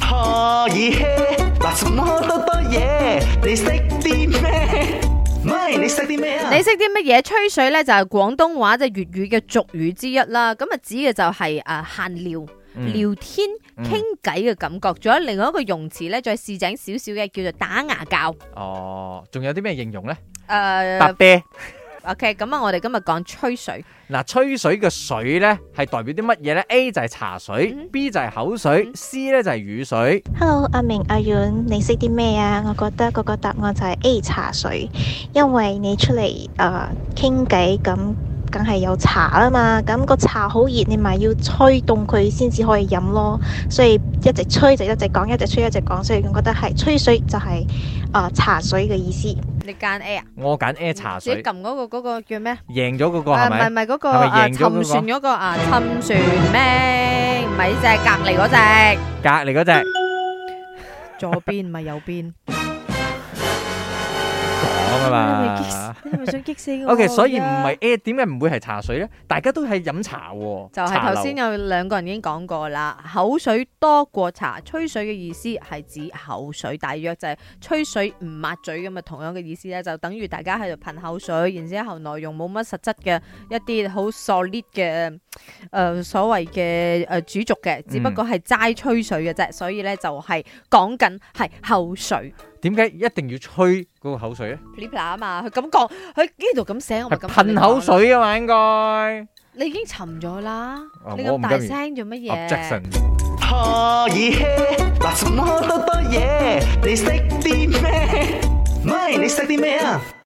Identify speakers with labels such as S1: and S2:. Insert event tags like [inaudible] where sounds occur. S1: 可以嘿，嗱什麼多多嘢，你識啲咩？咪你識啲咩啊？
S2: [laughs] 你識啲乜嘢吹水咧？就係廣東話即係粵語嘅俗語之一啦。咁啊指嘅就係誒閒聊、
S3: 嗯
S2: 聊天、
S3: 嗯
S2: 傾偈嘅感覺。仲有另外一個用詞咧，再市井少少嘅叫做打牙教。
S3: 哦，仲有啲咩應用咧？搭
S2: 誒
S3: 啤
S2: OK，咁啊，我哋今日講吹水。
S3: 嗱，吹水嘅水咧係代表啲乜嘢咧？A 就係茶水
S2: 嗯
S3: ，B 就係口水
S2: 嗯
S3: ，C 咧就係雨水。
S4: Hello，阿明、阿遠，你識啲咩啊？我覺得嗰個答案就係 A 茶水，因為你出嚟誒傾偈咁，梗係有茶啦嘛。咁、個茶好熱，你咪要吹凍佢先至可以飲咯。所以一直吹就一直講，一直吹一直講，所以我覺得係吹水就係、呃茶水嘅意思。
S2: 你揀 A 啊？
S3: 我揀 A 茶
S2: 自
S3: 水
S2: 己，撳嗰個嗰個叫咩？
S3: 贏咗嗰個
S2: 啊
S3: 係
S2: 唔係
S3: 咪
S2: 唔？係嗰個
S3: 係咪
S2: 啊
S3: 贏咗嗰個
S2: 沉船嗰個啊沉船咩？唔係呢只隔離嗰只，
S3: 隔離嗰只
S2: [laughs] 左邊唔係右邊。
S3: 講啊嘛。
S2: 你咪想激死我
S3: O K，所以
S2: 而
S3: 唔
S2: 家
S3: 係 A，點解唔會係茶水咧？大家都係飲茶喎，
S2: 就係頭先有兩個人已經講過啦，口水多過茶，吹水嘅意思係指口水，大約就係吹水唔抹嘴咁啊，同樣嘅意思咧，就等於大家喺度噴口水，然之後內容冇乜實質嘅一啲好 solid 嘅誒、呃所謂嘅誒主軸
S3: 嗯
S2: 嘅，只不過係齋吹水嘅啫，所以咧就係講緊係口水。
S3: 茶樓點解一定要吹嗰個口水咧？
S2: 噼啪啊嘛，佢咁講，佢呢度咁寫，我咪
S3: 係
S2: 咁同你
S3: 噴
S2: 講
S3: 口
S2: 咯，
S3: 水啊嘛，應該。
S2: 你已經沉咗啦，
S3: 啊
S2: 你
S3: 我唔
S2: 咁大
S3: 跟住
S2: 聲做乜嘢
S3: Objection。
S1: 可以嘿，嗱什麼多多嘢，你識啲咩？咪你識啲咩啊？